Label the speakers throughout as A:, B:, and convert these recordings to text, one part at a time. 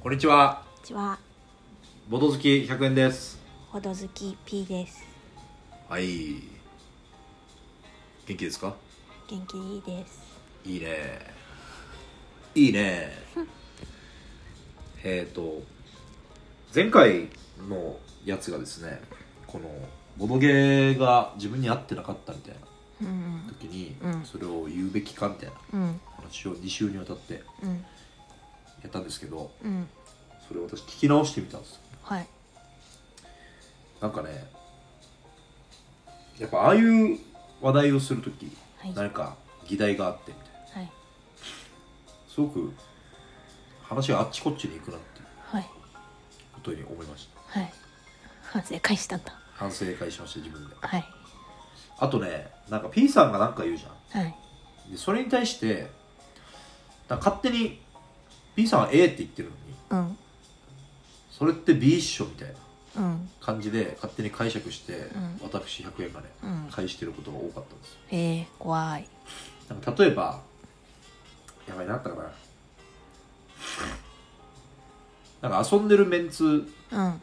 A: こんにちは
B: こんにちは、
A: ボト好き100円です
B: ほど好き P です。
A: はい元気ですか
B: 元気です。
A: いいねいいね えっと前回のやつがですねこのボドゲーが自分に合ってなかったみたいな
B: うん、
A: 時に、
B: うん
A: それを言うべきかみたいな
B: うん、
A: 話を2週にわたって
B: うん、
A: やったんですけど
B: うん、
A: それを私聞き直してみたんですよ
B: はい。
A: なんかねやっぱああいう話題をする時、
B: はい
A: 何か議題があってみたいな
B: はい。
A: すごく話があっちこっちに行くなっていう
B: はい。
A: ことに思いました
B: はい。反省会したんだ。
A: 反省会しました自分で
B: はい。
A: あとねなんか P さんが何か言うじゃ
B: はい。
A: んでそれに対してなんか勝手に P さんは A って言ってるのに
B: うん、
A: それって B っしょみたいな
B: うん、
A: 感じで勝手に解釈して、
B: ん
A: 私100円がね、
B: うん
A: 返してることが多かったんですよ
B: えー、怖い。
A: なんか例えばやばいなったかななんか遊んでるメンツ
B: うん、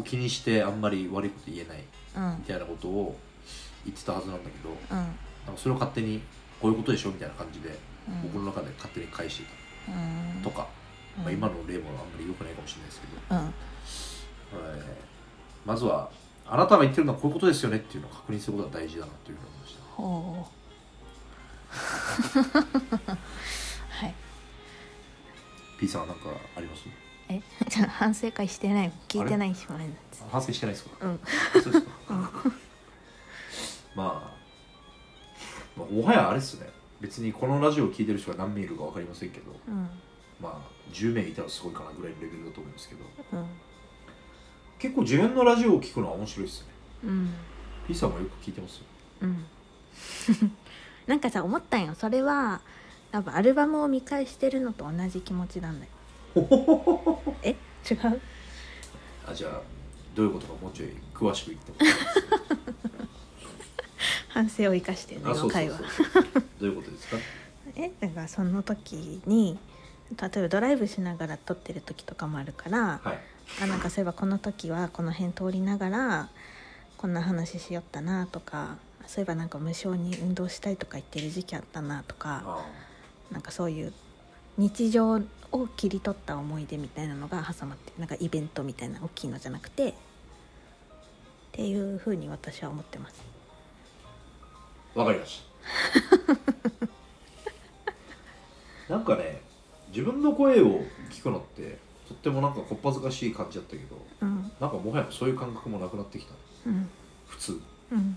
A: を気にしてあんまり悪いこと言えない
B: うん
A: み、たいなことを言ってたはずなんだけど
B: うん、うん、
A: なんかそれを勝手にこういうことでしょみたいな感じで僕の中で勝手に返していたとか、まあ、今の例もあんまり良くないかもしれないですけど、
B: うん、
A: えーまずはあなたが言ってるのはこういうことですよねっていうのを確認することが大事だなというふうに思いました
B: ほう。 はい。
A: P さんは何かあります
B: え、じゃあ反省会してない、聞いてないしまいなんです。
A: 反省してないですか
B: うん、
A: そうですか。まあ、まあ、もはやあれですね。別にこのラジオを聞いてる人が何名いるか分かりませんけど、
B: うん、
A: まあ、10名いたらすごいかなぐらいのレベルだと思うんですけど、
B: うん、
A: 結構自分のラジオを聞くのは面白いですね。
B: うん。
A: P さんもよく聞いてますよ。
B: うん なんかさ思ったんよそれは多分アルバムを見返してるのと同じ気持ちな んだよえ違う
A: あ、じゃあ、どういうことかもうちょい詳しく言ってもらって
B: 反省を生かしてね
A: あ、
B: の回は
A: そう。どういうことですか
B: えだからその時に例えばドライブしながら撮ってる時とかもあるから
A: はい。
B: あなんかそういえばこの時はこの辺通りながらこんな話しよったなとかそういえばなんか無償に運動したいとか言ってる時期あったなとか。
A: あ
B: なんかそういう日常を切り取った思い出みたいなのが挟まってなんかイベントみたいな大きいのじゃなくてっていうふうに私は思ってます
A: わかりました。なんかね、自分の声を聞くのって、とってもなんかこっぱずかしい感じだったけど、
B: うん
A: なんかもはやそういう感覚もなくなってきた。
B: うん
A: 普通。
B: うん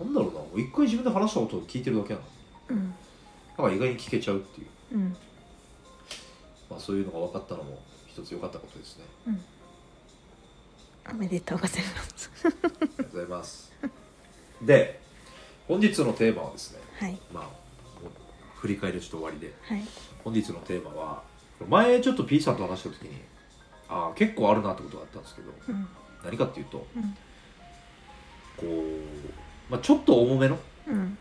A: なんだろうな、もう一回自分で話したことを聞いてるだけな
B: うん
A: の。なんか意外に聞けちゃうっていう、
B: うん
A: まあそういうのが分かったのも一つ良かったことですね。
B: うんおめでとうございます
A: ありがとうございます。で、本日のテーマはですね、
B: はい
A: まあ、もう振り返りはちょっと終わりで、
B: はい
A: 本日のテーマは前ちょっと P さんと話した時にあー結構あるなってことがあったんですけど
B: うん
A: 何かっていうと
B: うん
A: こう、まあ、ちょっと重めの
B: うん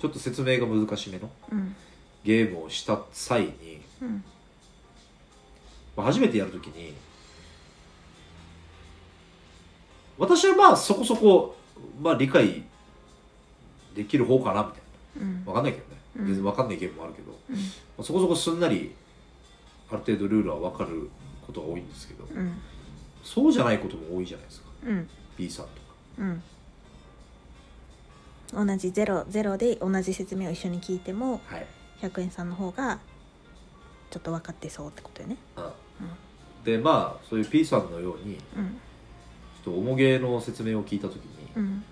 A: ちょっと説明が難しめの
B: うん
A: ゲームをした際に、
B: うん
A: まあ、初めてやる時に私はまあそこそこ、まあ、理解できる方かなみたい
B: うん
A: なわかんないけどね
B: うん
A: 全然わかんないゲームもあるけど、ま
B: うん
A: あ、そこそこすんなりある程度ルールはわかることが多いんですけど、
B: うん
A: そうじゃないことも多いじゃないですか
B: うん
A: B さんとか
B: うん同じゼロゼロで同じ説明を一緒に聞いても
A: はい、
B: 100円さんの方がちょっと分かってそうってことよね
A: うん、でまあそういう P さんのようにち
B: うん
A: ょっと重げの説明を聞いた時に、
B: うん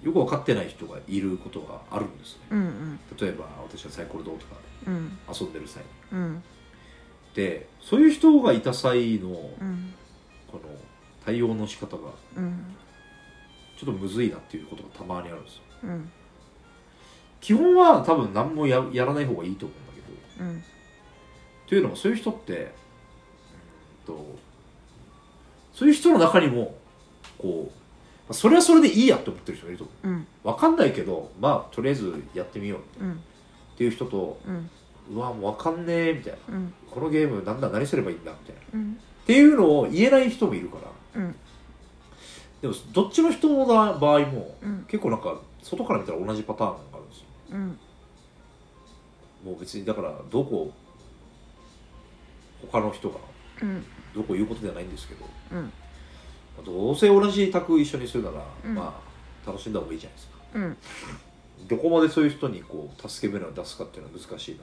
A: よく分かってない人がいることがあるんですね
B: うんうん
A: 例えば私はサイコロ堂とか
B: うん
A: 遊んでる際に
B: うん
A: でそういう人がいた際の
B: うん
A: この対応の仕方が
B: うん
A: ちょっとむずいなっていうことがたまにあるんですよ
B: うん
A: 基本は多分何もややらない方がいいと思うんだけど
B: うん
A: というのもそういう人ってうーんとそういう人の中にもこうまあそれはそれでいいやって思ってる人がいると思
B: うん
A: う分かんないけどまあとりあえずやってみよう
B: うん
A: っていう人と
B: うん
A: うわもう分かんねえみたいな
B: うん
A: このゲームなんだ何すればいいんだみたいなっ
B: うん
A: ていうのを言えない人もいるから
B: うん
A: でもどっちの人の場合も
B: うん
A: 結構なんか外から見たら同じパターンがあるんですよ
B: うん
A: もう別にだからどうこう他の人が
B: うん
A: どうこう言うことではないんですけど
B: うん
A: どうせ同じ卓一緒にするなら、
B: うん
A: まあ楽しんだ方がいいじゃないですか
B: うん
A: どこまでそういう人にこう助け舟を出すかっていうのは難しいな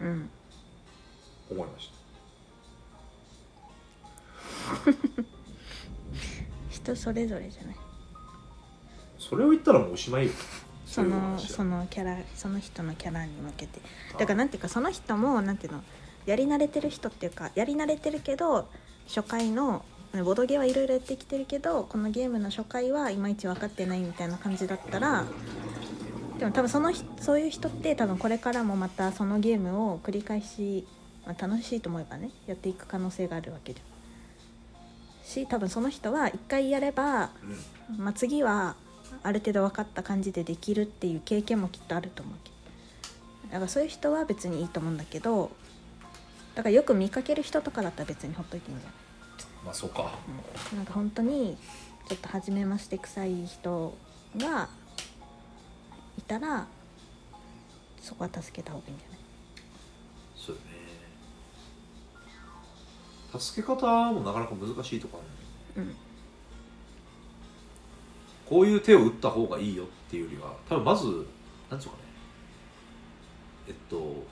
A: み
B: うん
A: たいな思いました
B: 人それぞれじゃない
A: それを言ったらもうおしまいよ
B: そ
A: そういう
B: の
A: 話だ
B: そのキャラその人のキャラに向けてだからなんていうかその人もなんていうのやり慣れてる人っていうかやり慣れてるけど初回のボドゲはいろいろやってきてるけどこのゲームの初回はいまいち分かってないみたいな感じだったらでも多分その人そういう人って多分これからもまたそのゲームを繰り返し、まあ、楽しいと思えばねやっていく可能性があるわけじゃん。し多分その人は一回やれば
A: うん
B: まあ、次はある程度分かった感じでできるっていう経験もきっとあると思うけどだからそういう人は別にいいと思うんだけどだからよく見かける人とかだったら別にほっといていいんじゃ
A: まあそうか
B: ない、うん、なんか本当にちょっと初めまして臭い人がいたらそこは助けた方がいいんじゃない
A: そうよね助け方もなかなか難しいとかあるんだよね
B: うん
A: こういう手を打った方がいいよっていうよりは多分まずなんていうかねえっと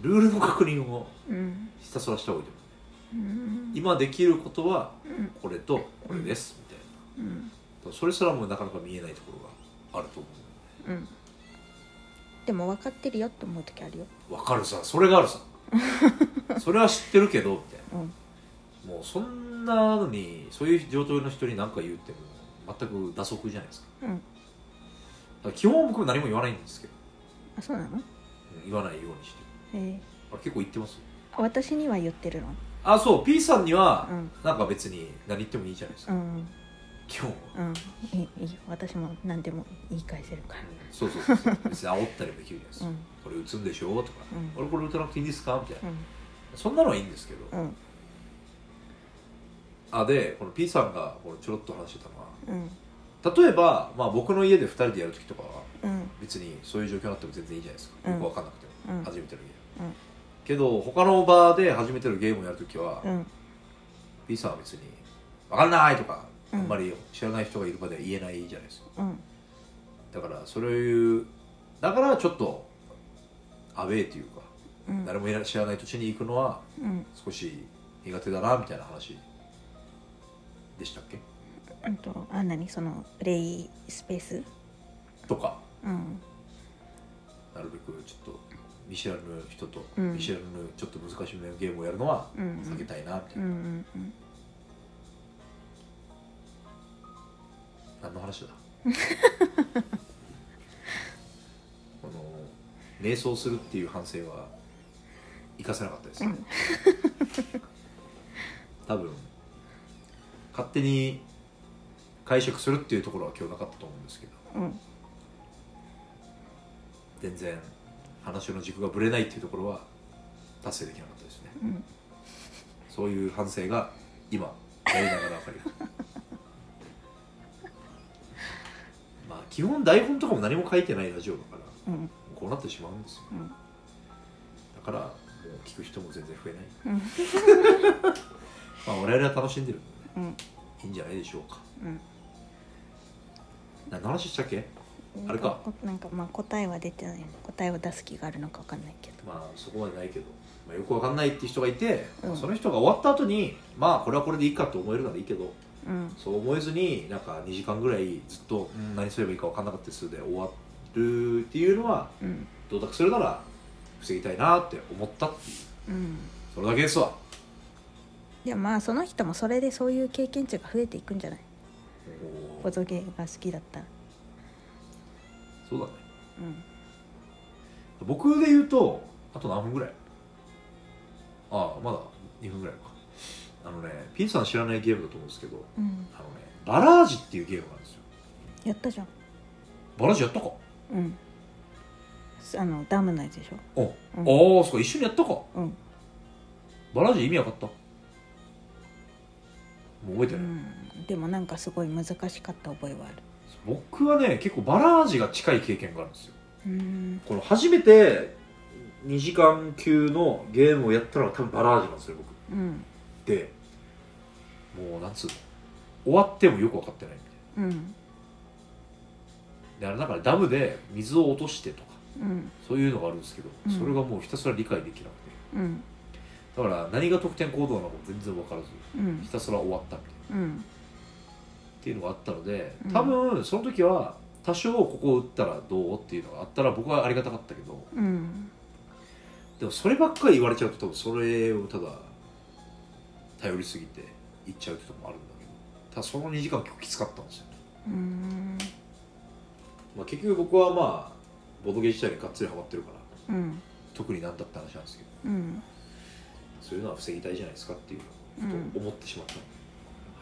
A: ルールの確認を
B: うん
A: ひたすらした方がいいと思う
B: うん
A: 今できることは
B: うん
A: これとこれですみたいな
B: うん
A: それすらもなかなか見えないところがあると思
B: うんでも分かってるよって思う時あるよ
A: うわかるさそれがあるさ それは知ってるけどみたい
B: うん
A: なもうそんなのにそういう状態の人に何か言っても全く打足じゃないですか
B: うん
A: だから基本僕何も言わないんですけど
B: あそうなの
A: うん言わないようにしてる
B: えー
A: あれ結構言ってます
B: 私には言ってるの
A: あそう P さんには
B: うん
A: なんか別に何言ってもいいじゃないです
B: う
A: か、
B: ん
A: 基本は
B: うんいいいいよ私も何でも言い返せるから
A: そうそうそうそう別に煽ったりもできるじゃないですか、
B: うん
A: これ打つんでしょとか、
B: うん
A: 俺これ打たなくていいんですかみたいな、
B: うん
A: そんなのはいいんですけど、
B: うん
A: あでこの P さんがこのちょろっと話してたのは
B: うん
A: 例えば、まあ、僕の家で2人でやる時とかは
B: うん
A: 別にそういう状況になっても全然いいじゃないですか
B: うん
A: よく分かんなくても、
B: うん
A: 初めてのゲーム、
B: うん
A: けど他の場で初めてのゲームをやる時は、
B: うん
A: P さんは別に「分かんない!」とか、
B: うん
A: あんまり知らない人がいる場では言えないじゃないですか
B: うん
A: だからそれを言うだからちょっとアウェーというか
B: うん
A: 誰もいら知らない土地に行くのは
B: うん
A: 少し苦手だなみたいな話でしたっけ
B: うんとあ何そのプレイスペース
A: とか
B: うん
A: なるべくちょっと見知らぬ人と
B: うん
A: 見知らぬちょっと難しめのゲームをやるのは
B: うん
A: 避けたいなみたい
B: うんう
A: な、
B: んうん
A: 何の話だ この瞑想するっていう反省は生かせなかったです、
B: うん
A: 多分勝手に解釈するっていうところは今日なかったと思うんですけど
B: うん
A: 全然話の軸がぶれないっていうところは達成できなかったですね
B: うん
A: そういう反省が今やりながら分かる まあ基本台本とかも何も書いてないラジオだから
B: うん
A: こうなってしまうんですよ
B: うん
A: だからもう聞く人も全然増えない、
B: うん
A: まあ、我々は楽しんでるんでね
B: う
A: い
B: ん
A: いんじゃないでしょうか
B: うん
A: 何の話したっけあれか
B: こなんかまあ答えは出てない答えを出す気があるのかわかんないけど
A: まあそこまでないけど、まあ、よくわかんないって人がいて、
B: うん
A: その人が終わった後にまあこれはこれでいいかと思えるならいいけど
B: うん
A: そう思えずになんか2時間ぐらいずっと、うん、何すればいいか分かんなかったですで終わるっていうのは
B: うん
A: 到達するなら防ぎたいなって思ったっていう
B: うん
A: それだけですわ
B: でもまあその人もそれでそういう経験値が増えていくんじゃない
A: お
B: ボ
A: ー
B: ドゲが好きだったら
A: そうだね
B: うん
A: 僕で言うとあと何分ぐらいああまだ2分ぐらいかあのねピンさん知らないゲームだと思うんですけど
B: う
A: あ
B: ん
A: のねバラージっていうゲームなんですよ
B: やったじゃん
A: バラージやったか
B: うんあのダムのやつでしょ
A: お
B: うん
A: ああそうか一緒にやったか
B: うん、
A: バラジ意味わかったもう覚えて
B: う
A: ない、
B: ん、でもなんかすごい難しかった覚えはある
A: 僕はね結構バラージが近い経験があるんですよ
B: うん
A: この初めて2時間級のゲームをやったのは多分バラージなんですよ僕
B: うん
A: でもうなんつうの終わってもよく分かってないみたい
B: うん
A: なであれなんかねダムで水を落としてとか
B: うん
A: そういうのがあるんですけど、
B: うん
A: それがもうひたすら理解できなくて
B: うん
A: だから何が得点行動なのかも全然分からず
B: うん
A: ひたすら終わったみたいな
B: うん
A: っていうのがあったので
B: うん
A: 多分その時は多少ここ打ったらどうっていうのがあったら僕はありがたかったけど
B: うん
A: でもそればっかり言われちゃうと多分それをただ頼りすぎていっちゃうってとこもあるんだけどただその2時間結構きつかったんですよね、
B: うん
A: まあ、結局僕はまあボドゲ自体にがっつりハマってるから
B: うん
A: 特になんだって話なんですけど
B: うん
A: そういうのは防ぎたいじゃないですかっていうのをふと思ってしまった、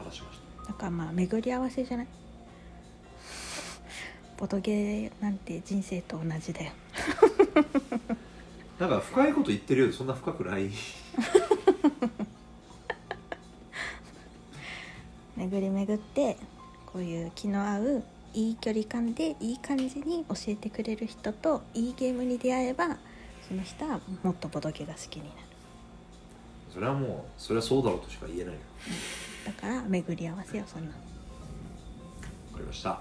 A: 話しまし
B: だからまあ巡り合わせじゃないボトゲなんて人生と同じだよ
A: たなんか深いこと言ってるようでそんな深くない
B: 巡り巡ってこういう気の合ういい距離感でいい感じに教えてくれる人といいゲームに出会えばその人はもっとボドゲが好きになる
A: それはもうそれはそうだろうとしか言えないよ
B: だから巡り合わせよそんなの
A: わかりました、も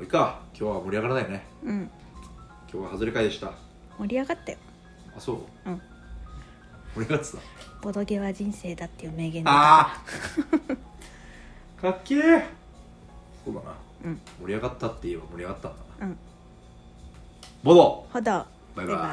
A: ういいか今日は盛り上がらないよね
B: うん
A: 今日は外れ会でしたあ
B: 盛り上がったよ
A: そう
B: うん
A: 盛り上が ってた
B: ボドゲは人生だっていう名言だ
A: ああかっけえそうだな
B: うん
A: 盛り上がったって言えば盛り上がったんだな
B: うん
A: ボド
B: ほど
A: バイバイ